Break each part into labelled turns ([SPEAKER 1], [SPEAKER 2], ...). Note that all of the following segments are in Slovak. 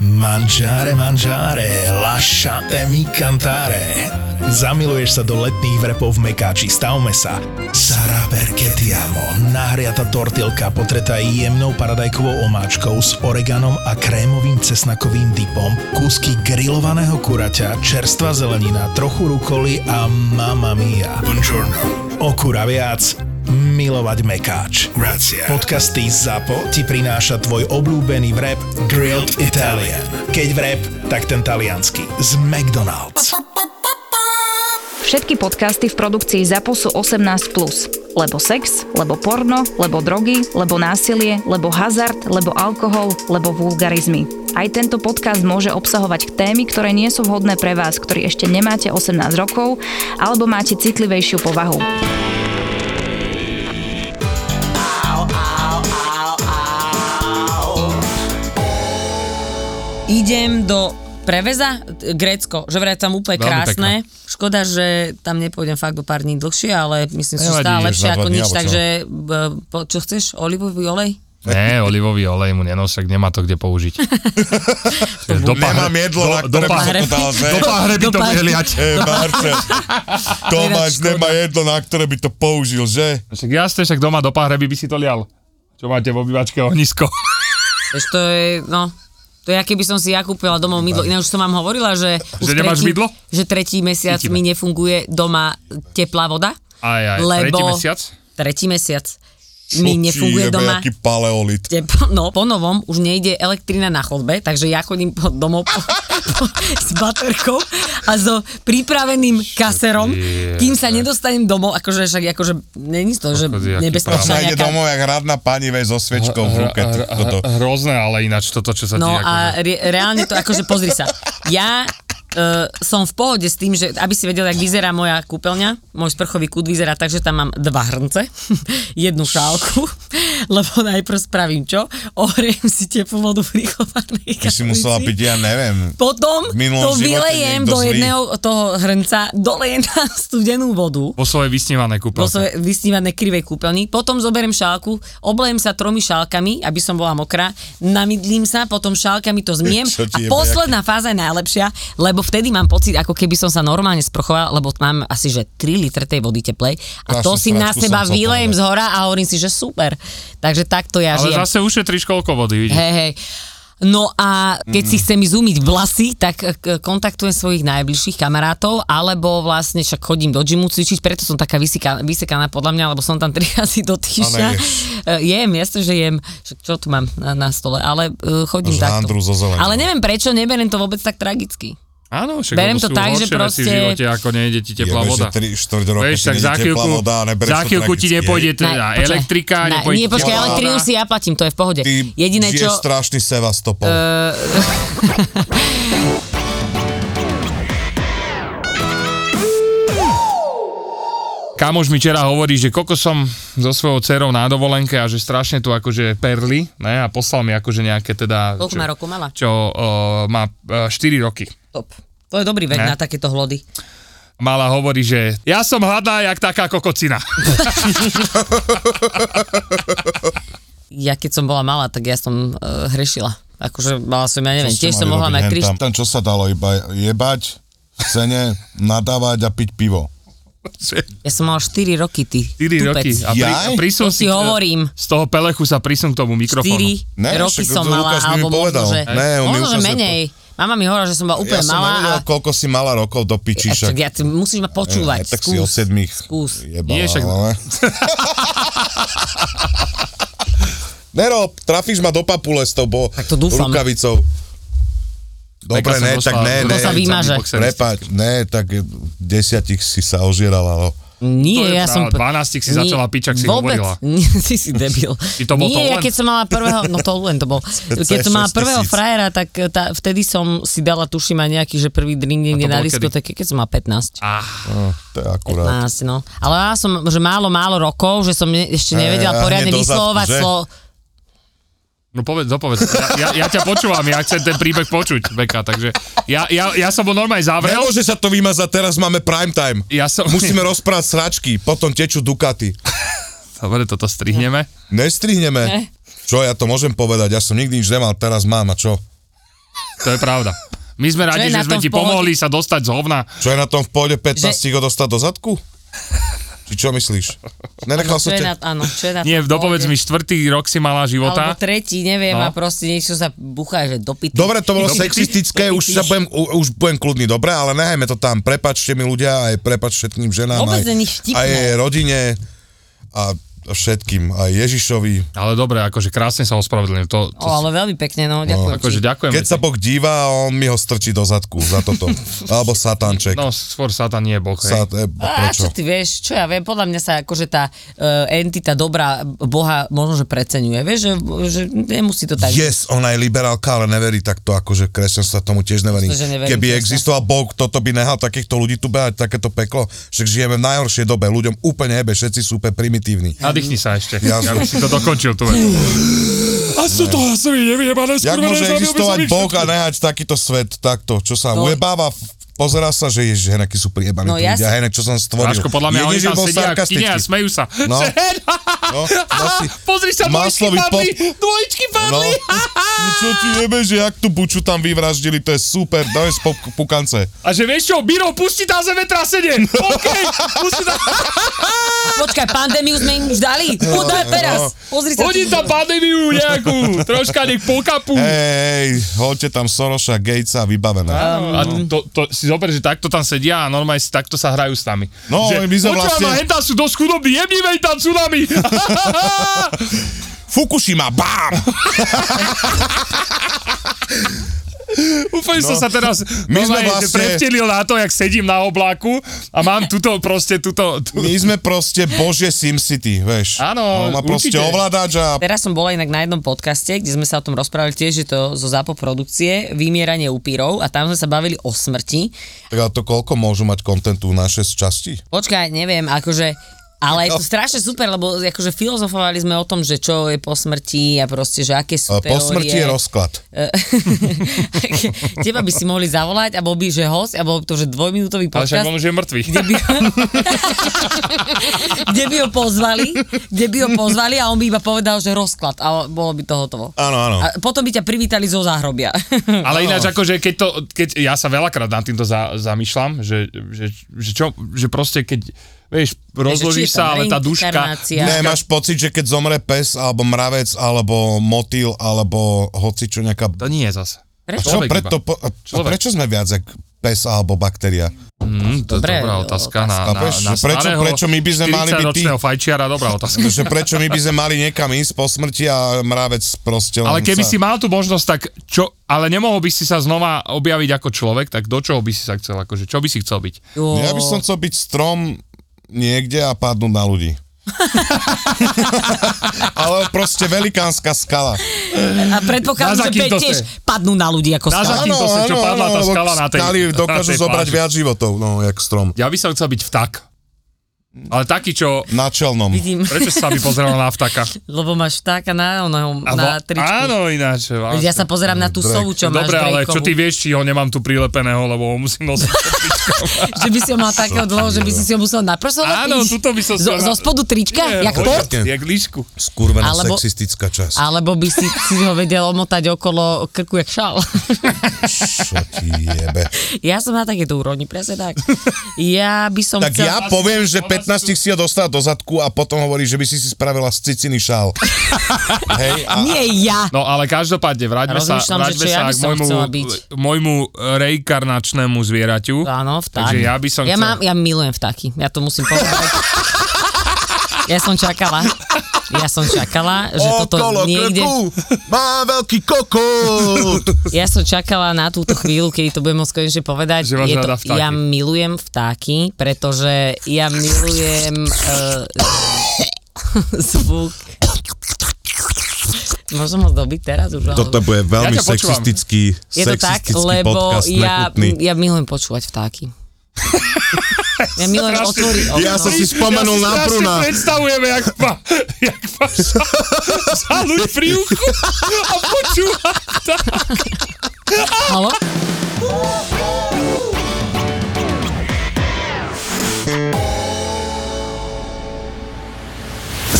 [SPEAKER 1] Mangiare, mangiare, lasciate mi cantare. Zamiluješ sa do letných vrepov v Mekáči, stavme sa. Sara perché ti amo, nahriata tortilka potretá jemnou paradajkovou omáčkou s oreganom a krémovým cesnakovým dipom, kúsky grillovaného kuraťa, čerstvá zelenina, trochu rukoli a mamma mia. Buongiorno. Okura viac, milovať Mekáč.
[SPEAKER 2] Grazie.
[SPEAKER 1] Podcasty ZAPO ti prináša tvoj obľúbený vrep Grilled Italian. Keď vrep, tak ten talianský. Z McDonald's.
[SPEAKER 3] Všetky podcasty v produkcii ZAPO sú 18+. Plus. Lebo sex, lebo porno, lebo drogy, lebo násilie, lebo hazard, lebo alkohol, lebo vulgarizmy. Aj tento podcast môže obsahovať témy, ktoré nie sú vhodné pre vás, ktorí ešte nemáte 18 rokov alebo máte citlivejšiu povahu.
[SPEAKER 4] Idem do Preveza, Grécko, že vraj tam úplne
[SPEAKER 5] Veľmi
[SPEAKER 4] krásne. Škoda, že tam nepôjdem fakt do pár dní dlhšie, ale myslím si, že
[SPEAKER 5] Nevadí,
[SPEAKER 4] stále
[SPEAKER 5] ideš
[SPEAKER 4] lepšie
[SPEAKER 5] na dva
[SPEAKER 4] ako
[SPEAKER 5] dni,
[SPEAKER 4] nič,
[SPEAKER 5] alebo čo?
[SPEAKER 4] takže b- po- čo chceš, olivový olej?
[SPEAKER 5] Ne, olivový olej mu nenos, však nemá to kde použiť. do
[SPEAKER 2] Nemám jedlo, na
[SPEAKER 5] do, do,
[SPEAKER 2] ktoré by som
[SPEAKER 4] pahre-
[SPEAKER 5] pahre,
[SPEAKER 2] to
[SPEAKER 5] do
[SPEAKER 2] dal ven.
[SPEAKER 5] pahre by
[SPEAKER 4] Do
[SPEAKER 5] to
[SPEAKER 4] pahre.
[SPEAKER 5] vyliať.
[SPEAKER 2] E, Marcel, Tomáš
[SPEAKER 4] Ináč škoda.
[SPEAKER 2] nemá jedlo, na ktoré by to použil, že?
[SPEAKER 5] Však jasne, však doma do pahreby by si to lial. Čo máte v obývačke ohnisko?
[SPEAKER 4] Vieš, to je, no, to je, aké by som si ja kúpila domov mydlo. Ináč už som vám hovorila, že... už
[SPEAKER 5] Že nemáš mydlo?
[SPEAKER 4] Že tretí mesiac
[SPEAKER 5] Cítime.
[SPEAKER 4] mi nefunguje doma teplá voda.
[SPEAKER 5] Aj, aj, tretí
[SPEAKER 4] Lebo-
[SPEAKER 5] mesiac?
[SPEAKER 4] Tretí mesiac mi nefunguje
[SPEAKER 2] Čo ti jebe,
[SPEAKER 4] doma.
[SPEAKER 2] Jaký paleolit.
[SPEAKER 4] Tep- no, po novom už nejde elektrina na chodbe, takže ja chodím po domov po, po, s baterkou a so pripraveným kaserom, kým sa nedostanem domov, akože však, akože, není to, že
[SPEAKER 5] Kokos, jaký
[SPEAKER 2] Ona
[SPEAKER 4] nebezpečná
[SPEAKER 2] ide
[SPEAKER 4] nejaká...
[SPEAKER 2] domov jak hradná pani, vej, so svečkou v ruke.
[SPEAKER 5] Hro-
[SPEAKER 2] ty- toto.
[SPEAKER 5] hro- Hrozné, ale ináč toto, čo sa
[SPEAKER 4] No
[SPEAKER 5] deje. akože-
[SPEAKER 4] a re- reálne to, akože pozri sa, ja uh, som v pohode s tým, že aby si vedel, jak vyzerá moja kúpeľňa, môj sprchový kút vyzerá tak, že tam mám dva hrnce, jednu šálku, lebo najprv spravím čo? Ohriem si teplú vodu v rýchlovarnej
[SPEAKER 2] Ty si musela
[SPEAKER 4] kaplici.
[SPEAKER 2] byť, ja neviem.
[SPEAKER 4] Potom
[SPEAKER 2] V
[SPEAKER 4] to
[SPEAKER 2] minulom živote
[SPEAKER 4] vylejem
[SPEAKER 2] niekto
[SPEAKER 4] do
[SPEAKER 2] zlý.
[SPEAKER 4] jedného toho hrnca, dolejem na studenú vodu
[SPEAKER 5] Vo svojej vysnívanej
[SPEAKER 4] vo
[SPEAKER 5] kúpeľke.
[SPEAKER 4] svojej vysnívanej krivej kúpeľni, potom zoberiem šálku, oblejem sa tromi šálkami, aby som bola mokrá, namydlím sa, potom šálkami to zmiem
[SPEAKER 2] Čo
[SPEAKER 4] a
[SPEAKER 2] ti jebe,
[SPEAKER 4] posledná fáza je najlepšia, lebo vtedy mám pocit, ako keby som sa normálne sprchovala, lebo mám asi že 3 litre tej vody teplej a
[SPEAKER 2] Krásnu
[SPEAKER 4] to si na
[SPEAKER 2] sračku
[SPEAKER 4] seba
[SPEAKER 2] som chcel
[SPEAKER 4] vylejem
[SPEAKER 2] povedať.
[SPEAKER 4] z hora a hovorím si, že super. Takže takto ja
[SPEAKER 5] Ale
[SPEAKER 4] žijem.
[SPEAKER 5] zase ušetríš koľko vody, vidíš?
[SPEAKER 4] Hej, hej. No a keď
[SPEAKER 2] Mm.
[SPEAKER 4] si chcem ísť umyť vlasy, tak eh, k- kontaktujem svojich najbližších kamarátov, alebo vlastne však chodím do gymu cvičiť, preto som taká vyseka, vysekaná podľa mňa, lebo som tam tri razy do týždňa.
[SPEAKER 2] Ale
[SPEAKER 4] Eh, Jem, jasne, že jem. Však čo tu mám na, na stole, ale eh, chodím takto.
[SPEAKER 2] Žandru zo zeleninou.
[SPEAKER 4] Ale neviem prečo, neberiem to vôbec tak tragicky.
[SPEAKER 5] Áno, však
[SPEAKER 4] Berem
[SPEAKER 5] lebo
[SPEAKER 4] to
[SPEAKER 5] sú
[SPEAKER 4] tak, že
[SPEAKER 5] horšie veci v
[SPEAKER 4] proste-
[SPEAKER 5] živote, ako nejde ti teplá
[SPEAKER 2] Jebe, že
[SPEAKER 5] voda.
[SPEAKER 2] 3, 4 roky
[SPEAKER 5] Vieš,
[SPEAKER 2] ti
[SPEAKER 5] tak
[SPEAKER 2] nejde
[SPEAKER 5] za
[SPEAKER 2] teplá
[SPEAKER 5] chvíľku,
[SPEAKER 2] voda a nebereš
[SPEAKER 5] za
[SPEAKER 2] to
[SPEAKER 5] chvíľku ti
[SPEAKER 2] tragicky,
[SPEAKER 5] nepôjde
[SPEAKER 2] hej.
[SPEAKER 5] teda
[SPEAKER 4] počkaj.
[SPEAKER 5] elektrika,
[SPEAKER 4] Ne,
[SPEAKER 5] nepôjde
[SPEAKER 4] nie,
[SPEAKER 5] ti
[SPEAKER 4] počkaj,
[SPEAKER 5] teplá
[SPEAKER 4] elektrínu
[SPEAKER 5] voda.
[SPEAKER 4] si ja platím, to je v pohode.
[SPEAKER 2] Ty
[SPEAKER 4] Jediné, čo...
[SPEAKER 2] žiješ strašný Sevastopol.
[SPEAKER 5] Kamoš mi včera hovorí, že koko som so svojou dcerou na dovolenke a že strašne tu akože perli, ne, a poslal mi akože nejaké teda...
[SPEAKER 4] Koľko
[SPEAKER 5] čo-
[SPEAKER 4] má rokov mala?
[SPEAKER 5] Čo o, má e, 4 roky.
[SPEAKER 4] Top. To je dobrý vek na
[SPEAKER 5] Ne.
[SPEAKER 4] takéto hlody.
[SPEAKER 5] Mala hovorí, že ja som hladná jak taká kokocina.
[SPEAKER 4] ja keď som bola malá, tak ja som uh, hrešila. Akože mala som, ja neviem,
[SPEAKER 2] Čo ste
[SPEAKER 4] tiež som
[SPEAKER 2] mali
[SPEAKER 4] mohla
[SPEAKER 2] robiť
[SPEAKER 4] mať
[SPEAKER 2] hen
[SPEAKER 4] tri...
[SPEAKER 2] tam, tam, čo sa dalo iba jebať, v cene, nadávať a piť pivo.
[SPEAKER 4] Ja som mala 4 roky, ty
[SPEAKER 5] 4 roky. A, pri, a
[SPEAKER 2] Jaj?
[SPEAKER 4] To
[SPEAKER 5] prisun
[SPEAKER 4] si
[SPEAKER 5] k-
[SPEAKER 4] hovorím.
[SPEAKER 5] Z toho pelechu sa prisun k tomu mikrofónu.
[SPEAKER 4] 4
[SPEAKER 2] Ne,
[SPEAKER 4] roky
[SPEAKER 2] však
[SPEAKER 4] som
[SPEAKER 2] to
[SPEAKER 4] mala,
[SPEAKER 2] Lukáš mi
[SPEAKER 4] alebo možno,
[SPEAKER 2] povedal.
[SPEAKER 4] že,
[SPEAKER 2] Ne,
[SPEAKER 4] možno,
[SPEAKER 2] on mi
[SPEAKER 4] že
[SPEAKER 2] ukázal
[SPEAKER 4] menej. Mama mi hovorila, že som bola úplne
[SPEAKER 2] Ja som
[SPEAKER 4] malá
[SPEAKER 2] nevedel,
[SPEAKER 4] a...
[SPEAKER 2] koľko si mala rokov do piči,
[SPEAKER 4] Ja,
[SPEAKER 2] však.
[SPEAKER 4] čak, ja, ty musíš ma počúvať,
[SPEAKER 2] Eh, tak si
[SPEAKER 4] skús.
[SPEAKER 2] od sedmých
[SPEAKER 4] skús.
[SPEAKER 2] jebala, no,
[SPEAKER 5] Nie, však-
[SPEAKER 2] ale... Nero, trafíš ma do papule s tou bo...
[SPEAKER 4] Tak to dúfam.
[SPEAKER 2] rukavicou. Dobre,
[SPEAKER 5] Mega som
[SPEAKER 2] ne,
[SPEAKER 5] doslova-
[SPEAKER 2] tak ne,
[SPEAKER 4] To
[SPEAKER 2] ne.
[SPEAKER 4] sa vymaže.
[SPEAKER 2] Prepač, ne, tak desiatich si sa ožierala, no.
[SPEAKER 4] Nie,
[SPEAKER 5] To je
[SPEAKER 4] ja som...
[SPEAKER 5] pravda, 12 si začala piť, ak si
[SPEAKER 4] vôbec,
[SPEAKER 5] hovorila.
[SPEAKER 4] Nie, ty si debil.
[SPEAKER 5] Ty to bol
[SPEAKER 4] Nie,
[SPEAKER 5] Toulen?
[SPEAKER 4] ja keď som mala prvého, no to len to bol. Keď som mala
[SPEAKER 2] 6 000.
[SPEAKER 4] prvého frajera, tak eh, tá, vtedy som si dala, tuším, aj nejaký, že prvý drink niekde
[SPEAKER 5] bolo
[SPEAKER 4] na
[SPEAKER 5] kedy?
[SPEAKER 4] diskoteke, keď som mala 15.
[SPEAKER 2] To je akurát.
[SPEAKER 4] 15, no. Ale ja som, že málo, málo rokov, že som ne, ešte
[SPEAKER 5] E,
[SPEAKER 4] nevedela
[SPEAKER 2] a
[SPEAKER 4] poriadne
[SPEAKER 2] hneď do zadku,
[SPEAKER 4] vyslovovať
[SPEAKER 2] že?
[SPEAKER 4] slovo.
[SPEAKER 5] No povedz, dopovedz. Ja, ja, ja ťa počúvam, ja chcem ten príbeh počuť, Beka, takže ja, ja, ja som bol normálne zavrel.
[SPEAKER 2] Nemôže sa to vymazať, teraz máme prime time.
[SPEAKER 5] Ja som...
[SPEAKER 2] Musíme rozprávať sračky, potom tečú Ducati.
[SPEAKER 5] Dobre, toto strihneme.
[SPEAKER 2] Nestrihneme. Čo, ja to môžem povedať, ja som nikdy nič nemal, teraz mám a čo?
[SPEAKER 5] To je pravda. My sme radi,
[SPEAKER 4] je
[SPEAKER 5] že
[SPEAKER 4] na
[SPEAKER 5] sme
[SPEAKER 4] tom
[SPEAKER 5] ti
[SPEAKER 4] v pohode?
[SPEAKER 5] pomohli sa dostať z hovna.
[SPEAKER 2] Čo je na tom v pôde 15 že... ho dostať do zadku? Či čo myslíš? Nenechal
[SPEAKER 4] Čo
[SPEAKER 2] som
[SPEAKER 4] je na,
[SPEAKER 2] ťa...
[SPEAKER 4] áno, čo je na
[SPEAKER 5] Nie,
[SPEAKER 4] tom
[SPEAKER 5] dopovedz
[SPEAKER 4] pohode?
[SPEAKER 5] mi, štvrtý rok si mala
[SPEAKER 4] Alebo
[SPEAKER 5] života.
[SPEAKER 4] tretí, neviem,
[SPEAKER 5] No.
[SPEAKER 4] a proste niečo sa buchá, že dopity.
[SPEAKER 2] Dobre, to
[SPEAKER 4] No,
[SPEAKER 2] bolo sexistické, už, sa budem, u- už budem kľudný, dobre, ale nehajme to tam. Prepačte mi ľudia, aj prepač všetkým ženám,
[SPEAKER 4] Vôbec
[SPEAKER 2] aj,
[SPEAKER 4] není vtipné.
[SPEAKER 2] aj jej rodine a a všetkým, aj Ježišovi.
[SPEAKER 5] Ale dobre, akože krásne sa ospravedlňujem. To, to,
[SPEAKER 4] O, ale veľmi pekne, no, ďakujem no,
[SPEAKER 5] akože ďakujem.
[SPEAKER 2] Keď sa Boh díva, on mi ho strčí do zadku za toto. Alebo satanček.
[SPEAKER 5] No, skôr Satan nie je Boh. hej.
[SPEAKER 2] Sat, e,
[SPEAKER 4] A čo
[SPEAKER 2] prečo?
[SPEAKER 4] ty vieš, čo ja viem, podľa mňa sa akože tá uh, entita dobrá Boha možno, že preceňuje, vieš, že, že nemusí to tak.
[SPEAKER 2] Yes, ona je liberálka, ale neverí takto, akože kresťanstvo tomu tiež neverí.
[SPEAKER 4] Jasné, že neverí
[SPEAKER 2] Keby
[SPEAKER 4] kresťanstvo.
[SPEAKER 2] existoval Boh, toto by nehal takýchto ľudí tu behať, takéto peklo. Však žijeme v najhoršej dobe, ľuďom úplne hebe, všetci sú úplne primitívni.
[SPEAKER 5] Nadýchni sa ešte. Ja,
[SPEAKER 2] Jasne.
[SPEAKER 5] by si to dokončil tu. A sú to hlasovi nevyjebané
[SPEAKER 2] Jak môže existovať Boh a nehať takýto svet takto, čo sa
[SPEAKER 4] No.
[SPEAKER 2] ujebáva v- Pozerá sa, že ježiš, henek sú priebaní
[SPEAKER 4] No,
[SPEAKER 2] no,
[SPEAKER 4] ja
[SPEAKER 2] ľudia,
[SPEAKER 4] si-
[SPEAKER 2] henek, čo som stvoril.
[SPEAKER 5] Váško, podľa mňa oni
[SPEAKER 2] Jediný
[SPEAKER 5] tam
[SPEAKER 2] bol
[SPEAKER 5] sedia v kine a
[SPEAKER 2] sarkastický.
[SPEAKER 5] smejú sa.
[SPEAKER 2] No.
[SPEAKER 5] Že-
[SPEAKER 2] No, nosí-
[SPEAKER 5] Pozri sa, dvojčky
[SPEAKER 2] Maslový
[SPEAKER 5] padli,
[SPEAKER 2] pod-
[SPEAKER 5] dvojčky
[SPEAKER 2] No,
[SPEAKER 5] padli.
[SPEAKER 2] čo ti jebe, že jak tú buču tam vyvraždili, to je super, daj z pop- pukance.
[SPEAKER 5] A že vieš čo, Biro, pusti tam zemetrasenie.
[SPEAKER 2] No.
[SPEAKER 5] OK, pusti tam.
[SPEAKER 4] Počkaj, pandémiu sme im už dali,
[SPEAKER 2] No,
[SPEAKER 4] podaj teraz, pozri sa.
[SPEAKER 5] Hodí tam pandémiu nejakú, troška nech pokapu.
[SPEAKER 2] Hej, hoďte tam Soroša, Gatesa, vybavené.
[SPEAKER 5] Áno, A to, to si zober, že takto tam sedia a normálne si takto sa hrajú s nami.
[SPEAKER 2] No,
[SPEAKER 5] že,
[SPEAKER 2] my sme
[SPEAKER 5] "Počúvaj ma,
[SPEAKER 2] vlastne-
[SPEAKER 5] hen tam sú dosť chudobní, jemni veď tam sú nami.
[SPEAKER 2] Fukushima, bám!
[SPEAKER 5] Úplne som sa teraz
[SPEAKER 2] No. My sme
[SPEAKER 5] normálne, že
[SPEAKER 2] vlastne-
[SPEAKER 5] prevtelil na to, jak sedím na obláku a mám tuto proste tuto... Tu...
[SPEAKER 2] My sme proste božie SimCity, vieš.
[SPEAKER 5] Áno,
[SPEAKER 2] On má proste
[SPEAKER 5] určite.
[SPEAKER 2] ovládač a...
[SPEAKER 4] Teraz som bola inak na jednom podcaste, kde sme sa o tom rozprávali tiež, že to zo zápo produkcie, vymieranie upírov a tam sme sa bavili o smrti.
[SPEAKER 2] Tak a to koľko môžu mať kontentu na 6 častí?
[SPEAKER 4] Počkaj, neviem, akože ale je
[SPEAKER 2] No.
[SPEAKER 4] to strašne super, lebo akože filozofovali sme o tom, že čo je po smrti a proste, že aké sú
[SPEAKER 2] A po
[SPEAKER 4] teórie.
[SPEAKER 2] smrti je rozklad.
[SPEAKER 4] E, Teba by si mohli zavolať a bol by, že host, a bol by to, že dvojminútový
[SPEAKER 5] Ale však
[SPEAKER 4] podcast.
[SPEAKER 5] on už je mŕtvý.
[SPEAKER 4] Kde by, kde by ho pozvali, kde by ho pozvali a on by iba povedal, že rozklad a bolo by to hotovo.
[SPEAKER 2] Áno, áno.
[SPEAKER 4] A potom by ťa privítali zo záhrobia. No.
[SPEAKER 5] Ale ináč akože, keď to, keď ja sa veľakrát nad týmto za, zamýšľam, že, že, že, čo, že proste keď, vieš,
[SPEAKER 4] či
[SPEAKER 5] rozložíš
[SPEAKER 4] je to
[SPEAKER 5] sa, ale tá duška,
[SPEAKER 4] reinkarnácia?
[SPEAKER 2] Ne, máš pocit, že keď zomre pes, alebo mravec, alebo motýl, alebo hocičo nejaká...
[SPEAKER 5] to nie je zase.
[SPEAKER 4] Prečo?
[SPEAKER 2] Čo,
[SPEAKER 5] Človek
[SPEAKER 2] preto,
[SPEAKER 5] iba.
[SPEAKER 2] po, a a
[SPEAKER 5] Človek.
[SPEAKER 2] prečo sme viac jak pes alebo baktéria?
[SPEAKER 5] Hm, to je
[SPEAKER 4] Dobre,
[SPEAKER 5] dobrá otázka na, na,
[SPEAKER 2] Chápeš?
[SPEAKER 5] na
[SPEAKER 2] Prečo-
[SPEAKER 5] starého
[SPEAKER 2] prečo my by sme mali byť tí-
[SPEAKER 5] 40-ročného fajčiara, dobrá otázka.
[SPEAKER 2] Že prečo my by sme mali niekam ísť po smrti a mravec proste len
[SPEAKER 5] Ale keby
[SPEAKER 2] sa...
[SPEAKER 5] si mal tú možnosť, tak čo, ale nemohol by si sa znova objaviť ako človek, tak do čoho by si sa chcel, akože čo by si chcel byť?
[SPEAKER 4] Jo.
[SPEAKER 2] Ja by som chcel byť strom niekde a padnúť na ľudí. Ale proste velikánska skala.
[SPEAKER 4] A predpokladám,
[SPEAKER 5] Na
[SPEAKER 4] že pe-
[SPEAKER 5] zakýmto
[SPEAKER 4] tiež
[SPEAKER 5] ste?
[SPEAKER 4] padnú na ľudí ako
[SPEAKER 5] Na
[SPEAKER 4] stále.
[SPEAKER 5] zaký- to sa, čo padla tá
[SPEAKER 2] lebo
[SPEAKER 5] skala na tej-
[SPEAKER 2] skaly
[SPEAKER 5] na
[SPEAKER 2] dokážu
[SPEAKER 5] tej
[SPEAKER 2] zobrať
[SPEAKER 5] pláži.
[SPEAKER 2] viac životov, no, jak strom.
[SPEAKER 5] Ja by som chcel byť vták. Ale taký, čo...
[SPEAKER 2] Na čelnom.
[SPEAKER 4] Vidím,
[SPEAKER 5] Prečo si sa mi pozeral na vtáka?
[SPEAKER 4] lebo máš vtáka na, onom,
[SPEAKER 5] A
[SPEAKER 4] na
[SPEAKER 5] vo-
[SPEAKER 4] tričku.
[SPEAKER 5] Áno, ináč. vlastne.
[SPEAKER 4] Ja sa pozerám na tú
[SPEAKER 2] Drake.
[SPEAKER 4] sovu, čo máš
[SPEAKER 5] Dobre, ale
[SPEAKER 4] Drakeovú.
[SPEAKER 5] čo ty vieš, či ho nemám tu prilepeného, lebo ho musím nosiť.
[SPEAKER 4] že by si ho mal takého dlho, že by si si ho musel naprosovať?
[SPEAKER 5] Áno, tuto by som si
[SPEAKER 4] zo,
[SPEAKER 5] ho na-
[SPEAKER 4] zo spodu trička?
[SPEAKER 5] Nie,
[SPEAKER 4] jak
[SPEAKER 5] ho-
[SPEAKER 4] pod?
[SPEAKER 2] port?
[SPEAKER 5] Jak líšku.
[SPEAKER 2] Skurvená
[SPEAKER 4] Alebo-
[SPEAKER 2] sexistická časť.
[SPEAKER 4] Alebo by si, si ho vedel omotať okolo krku jak šal.
[SPEAKER 2] Čo ti jebe.
[SPEAKER 4] ja som na takéto úrovni, presne tak. Ja by som
[SPEAKER 2] Tak
[SPEAKER 4] chcel...
[SPEAKER 2] ja poviem, že 15 si ho dostala do zadku a potom hovorí, že by si si spravila z ciciny šál. Hej, a,
[SPEAKER 4] Nie ja.
[SPEAKER 5] No ale každopádne, vráťme sa,
[SPEAKER 4] Rozmýšľam, že
[SPEAKER 5] vráťme
[SPEAKER 4] čo ja
[SPEAKER 5] sa
[SPEAKER 4] by
[SPEAKER 5] k
[SPEAKER 4] som
[SPEAKER 5] môjmu,
[SPEAKER 4] chcela byť.
[SPEAKER 5] môjmu reinkarnačnému zvieraťu.
[SPEAKER 4] Áno, vták.
[SPEAKER 5] Takže ja by som
[SPEAKER 4] ja,
[SPEAKER 5] chcel-
[SPEAKER 4] mám, ja milujem vtáky, ja to musím povedať. ja som čakala. Ja som čakala, že toto niekde...
[SPEAKER 2] má veľký kokot.
[SPEAKER 4] Ja som čakala na túto chvíľu, kedy to budem môcť konečne povedať.
[SPEAKER 5] Že máš
[SPEAKER 4] Je
[SPEAKER 5] rada vtáky.
[SPEAKER 4] Ja milujem vtáky, pretože ja milujem uh, zvuk. Môžem ho dobiť teraz už? ale-
[SPEAKER 2] Toto bude veľmi
[SPEAKER 5] Ja ťa počúvam.
[SPEAKER 2] sexistický,
[SPEAKER 4] je to tak,
[SPEAKER 2] sexistický
[SPEAKER 4] lebo
[SPEAKER 2] podcast,
[SPEAKER 4] ja,
[SPEAKER 2] nechutný.
[SPEAKER 4] ja milujem počúvať vtáky. ja milujem
[SPEAKER 5] Strašne.
[SPEAKER 4] otvoriť okno.
[SPEAKER 2] Ja som si spomenul na
[SPEAKER 5] strašne
[SPEAKER 2] Bruna.
[SPEAKER 5] predstavujeme, jak ma, jak ma za, za ľuď pri uchu a počúva.
[SPEAKER 4] Halo?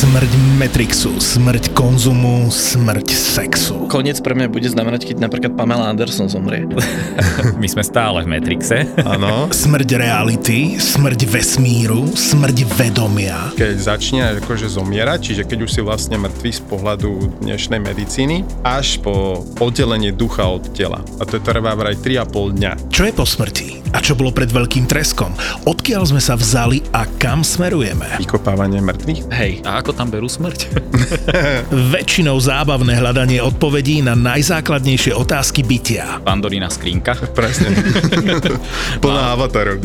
[SPEAKER 1] Smrť Matrixu, smrť konzumu, smrť sexu.
[SPEAKER 6] koniec pre mňa bude znamenať, keď napríklad Pamela Anderson zomrie.
[SPEAKER 7] My sme stále v Matrixe.
[SPEAKER 8] Áno.
[SPEAKER 1] Smrť reality, smrť vesmíru, smrť vedomia.
[SPEAKER 8] Keď začne akože zomierať, čiže keď už si vlastne mŕtvý z pohľadu dnešnej medicíny, až po oddelenie ducha od tela. A to trvá vraj 3,5 dňa.
[SPEAKER 1] Čo je po smrti? A čo bolo pred veľkým treskom? Odkiaľ sme sa vzali a kam smerujeme?
[SPEAKER 8] Vykopávanie mŕtvych?
[SPEAKER 6] Hej,
[SPEAKER 7] A ako tam berú smrť?
[SPEAKER 1] Väčšinou zábavné hľadanie odpovedí na najzákladnejšie otázky bytia.
[SPEAKER 7] Pandorína skrinka.
[SPEAKER 8] Presne. Plná avatarov.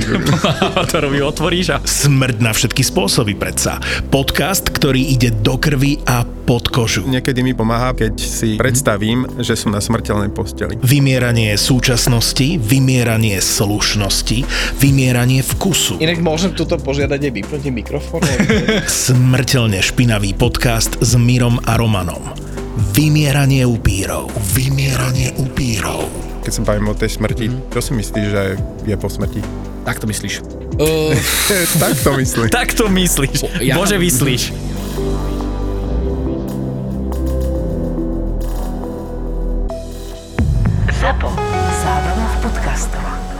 [SPEAKER 7] to robí, otvoríš a...
[SPEAKER 1] Smrť na všetky spôsoby predsa. Podcast, ktorý ide do krvi a pod kožu.
[SPEAKER 8] Niekedy mi pomáha, keď si predstavím, že som na smrteľnej posteli.
[SPEAKER 1] Vymieranie súčasnosti, vymieranie slušnosti, vymieranie vkusu.
[SPEAKER 6] inak môžem tuto požiadať aj vypnutie mikrofónu.
[SPEAKER 1] Smrteľne špinavý podcast s Mirom a Romanom. Vymieranie upírov. Vymieranie upírov.
[SPEAKER 8] Keď sa bavím o tej smrti, čo si myslíš, že je po smrti?
[SPEAKER 7] Tak to myslíš.
[SPEAKER 8] tak to myslím.
[SPEAKER 7] Tak to myslíš.
[SPEAKER 6] ja-
[SPEAKER 7] Bože, myslíš.
[SPEAKER 9] ZAPO. Zábrná v podcastovách.